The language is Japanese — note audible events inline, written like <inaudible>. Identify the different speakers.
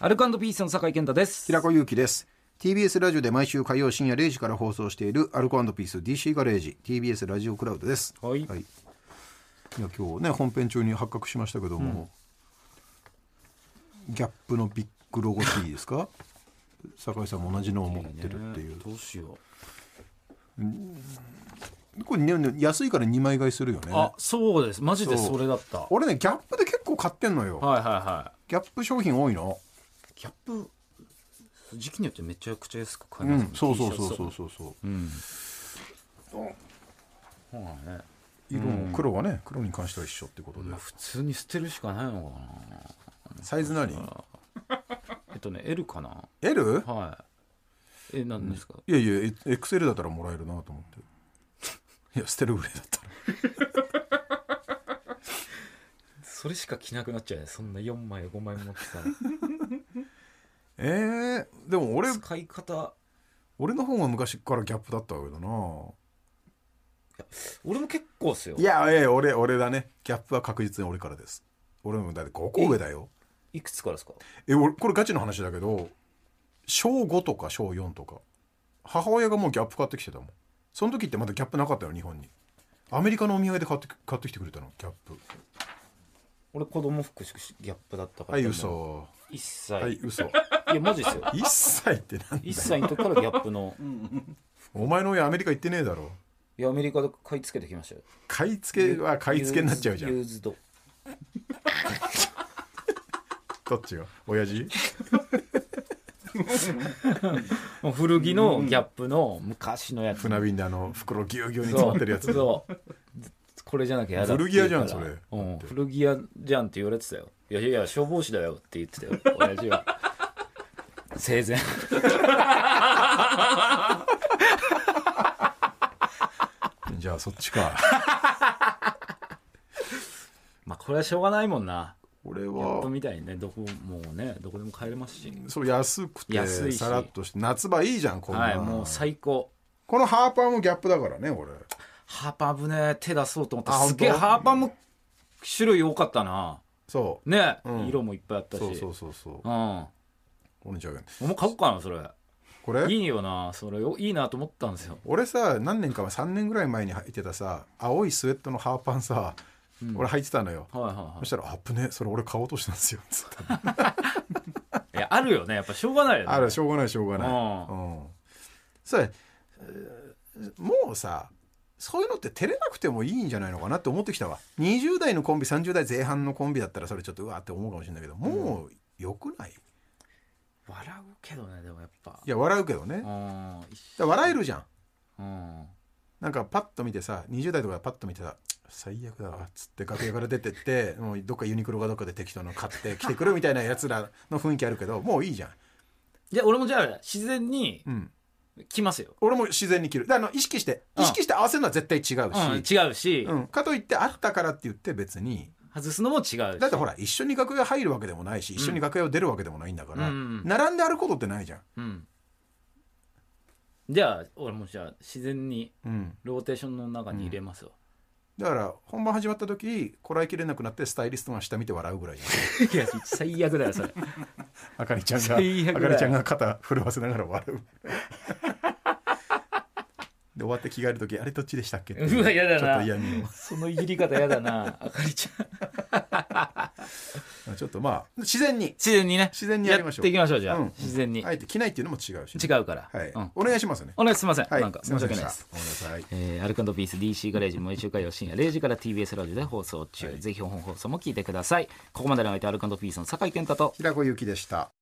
Speaker 1: アルコピースの酒井健太です
Speaker 2: 平子祐希です TBS ラジオで毎週火曜深夜0時から放送しているアルコピース DC ガレージ TBS ラジオクラウドです
Speaker 1: はい
Speaker 2: い、いや今日ね本編中に発覚しましたけども、ギャップのビッグロゴティーですか <laughs> 酒井さんも同じのを持ってるっていう、
Speaker 1: どうしよ
Speaker 2: これ、ね、安いから2枚買いするよね
Speaker 1: うあそうですマジで
Speaker 2: そう
Speaker 1: それだったはい
Speaker 2: 俺ねギャップで結構買ってんのよ、
Speaker 1: はいは
Speaker 2: ギャップ商品多いの
Speaker 1: いキャップ時期によってめちゃくちゃ安く買
Speaker 2: う
Speaker 1: えます
Speaker 2: んそうそうそう
Speaker 1: T シ
Speaker 2: そ
Speaker 1: ャ
Speaker 2: う
Speaker 1: ツ
Speaker 2: そうそう
Speaker 1: うんそうなんだね
Speaker 2: 色も黒はね黒に関しては一緒ってことで、
Speaker 1: まあ普通に捨てるしかないのかな
Speaker 2: サイズ何
Speaker 1: えっとね L かな
Speaker 2: L?
Speaker 1: はいえ何ですか、
Speaker 2: いやいやえ XL だったらもらえるなと思 <laughs> っていや捨てるぐらいだったら
Speaker 1: それしか着なくなっちゃうねそんな4枚5枚持って
Speaker 2: <laughs>
Speaker 1: たら
Speaker 2: えー、でも俺
Speaker 1: 使い方
Speaker 2: 俺の方が昔からギャップだったわけだな
Speaker 1: 俺も結構っすよ
Speaker 2: いやええ俺俺だねギャップは確実に俺からです俺もだって5個上だよ
Speaker 1: いくつからですか
Speaker 2: え俺これガチの話だけど小5とか小4とか母親がもうギャップ買ってきてたもんその時ってまだギャップなかったよ日本にアメリカのお土産で買って買ってきてくれたのギャップ
Speaker 1: 俺子供服しギャップだったから
Speaker 2: はい
Speaker 1: でも
Speaker 2: 嘘
Speaker 1: 一切、
Speaker 2: はい
Speaker 1: い、
Speaker 2: 嘘
Speaker 1: やマジですよ
Speaker 2: 一切ってなんだよ
Speaker 1: 一歳の時からギャップの
Speaker 2: お前の親アメリカ行ってねえだろ
Speaker 1: いやアメリカで買い付けてきましたよ
Speaker 2: 買い付けは買い付けになっちゃうじゃ
Speaker 1: ユ
Speaker 2: ん
Speaker 1: ーズド
Speaker 2: どっちが親父
Speaker 1: もう古着のギャップの昔のやつ
Speaker 2: 船便であ
Speaker 1: <laughs>
Speaker 2: の袋ぎゅうぎゅうに詰まってるやつ
Speaker 1: そうこれじゃなきゃやだって
Speaker 2: 古着屋じゃん
Speaker 1: 言うから
Speaker 2: それ
Speaker 1: うん、古着屋じゃんって言われてたよいやいやいや消防士だよって言ってたよ <laughs> 親父は生前
Speaker 2: じゃあそっちか
Speaker 1: まあこれはしょうがないもんな
Speaker 2: 俺
Speaker 1: ギャップ
Speaker 2: は
Speaker 1: みたいにねどこもねどこでも買えますし
Speaker 2: そう安くて
Speaker 1: 安いし
Speaker 2: さらっとして夏場いいじゃんこんな、
Speaker 1: はいもう最高
Speaker 2: このハーパーもギャップだからね俺
Speaker 1: ハーパー危ねえ手出そうと思った
Speaker 2: あ
Speaker 1: らすげえ
Speaker 2: 本当
Speaker 1: ハーパーも種類多かったな
Speaker 2: そう
Speaker 1: ね、
Speaker 2: ん
Speaker 1: 色もいっぱいあったし
Speaker 2: そうそううそうそ
Speaker 1: んも
Speaker 2: うお兄ちゃんが
Speaker 1: う買おうかなそれ
Speaker 2: これ
Speaker 1: いいよなそれよいいなと思ったんですよ
Speaker 2: 俺さ何年か前3年ぐらい前に履いてたさ青いスウェットのハーパンさ、俺履いてたのよ、
Speaker 1: はいはいは
Speaker 2: そしたら「あっぶねそれ俺買おうとしたんですよ」
Speaker 1: <laughs>
Speaker 2: つって <laughs>
Speaker 1: いいやあるよねやっぱしょうがないよね
Speaker 2: あらしょうがないしょうがない、
Speaker 1: う
Speaker 2: うんさあえーもうさそういうのって照れなくてもいいんじゃないのかなって思ってきたわ20代のコンビ30代前半のコンビだったらそれちょっとうわって思うかもしれないけどもうよくない、い
Speaker 1: 笑うけどねでもやっぱ
Speaker 2: や笑うけどね、だか
Speaker 1: うん一緒
Speaker 2: ら笑えるじゃん
Speaker 1: うん
Speaker 2: なんかパッと見てさ20代とかパッと見てさ最悪だわっつって楽屋から出てってもうどっかユニクロがどっかで適当なの買って来てくるみたいなやつらの雰囲気あるけどもういいじゃん、
Speaker 1: いや俺もじゃあ自然に
Speaker 2: うん、
Speaker 1: 来ますよ、
Speaker 2: 俺も自然に着るであの意識して
Speaker 1: うん
Speaker 2: 意識して合わせるのは絶対違うし、
Speaker 1: うん、違うし、
Speaker 2: うん、かといってあったからって言って別に
Speaker 1: 外すのも違うし
Speaker 2: だってほら一緒に楽屋入るわけでもないし一緒に楽屋を出るわけでもないんだから、
Speaker 1: うん
Speaker 2: 並んで歩くことってないじゃん、
Speaker 1: うんじゃあ俺もじゃあ自然に
Speaker 2: うん、
Speaker 1: ローテーションの中に入れますわ、
Speaker 2: だから本番始まった時こらえきれなくなってスタイリストが下見て笑うぐらいじ
Speaker 1: <laughs>
Speaker 2: ゃん
Speaker 1: いや最悪だよそ
Speaker 2: <laughs>
Speaker 1: れ
Speaker 2: あかりちゃんが
Speaker 1: 最悪だ
Speaker 2: あかりちゃんが肩震わせながら笑う <laughs> で終わって着替える時あれどっちでしたっけっ
Speaker 1: <laughs>
Speaker 2: ていう
Speaker 1: わやだな
Speaker 2: ちょっと嫌味を
Speaker 1: そのいじり方やだなあかりちゃん
Speaker 2: ちょっとまあ自然に
Speaker 1: 自然にね
Speaker 2: 自然にやりましょ
Speaker 1: っ
Speaker 2: う
Speaker 1: ていきましょうじゃあ、
Speaker 2: うん
Speaker 1: 自然に、
Speaker 2: あえて着ないっていうのも違うし、
Speaker 1: 違うから、
Speaker 2: はい
Speaker 1: うん、
Speaker 2: お願いしますね
Speaker 1: お願いしますいません、
Speaker 2: はい
Speaker 1: なんか申し訳ないです
Speaker 2: すませんでしたごめんなさい
Speaker 1: えー、アルカンドピース DC ガレージ毎週火曜深夜0時から TBS ラジオで放送中、ぜひ本放送も聞いてくださいここまでの相手アルカンドピースの酒井健太と
Speaker 2: 平子ゆきでした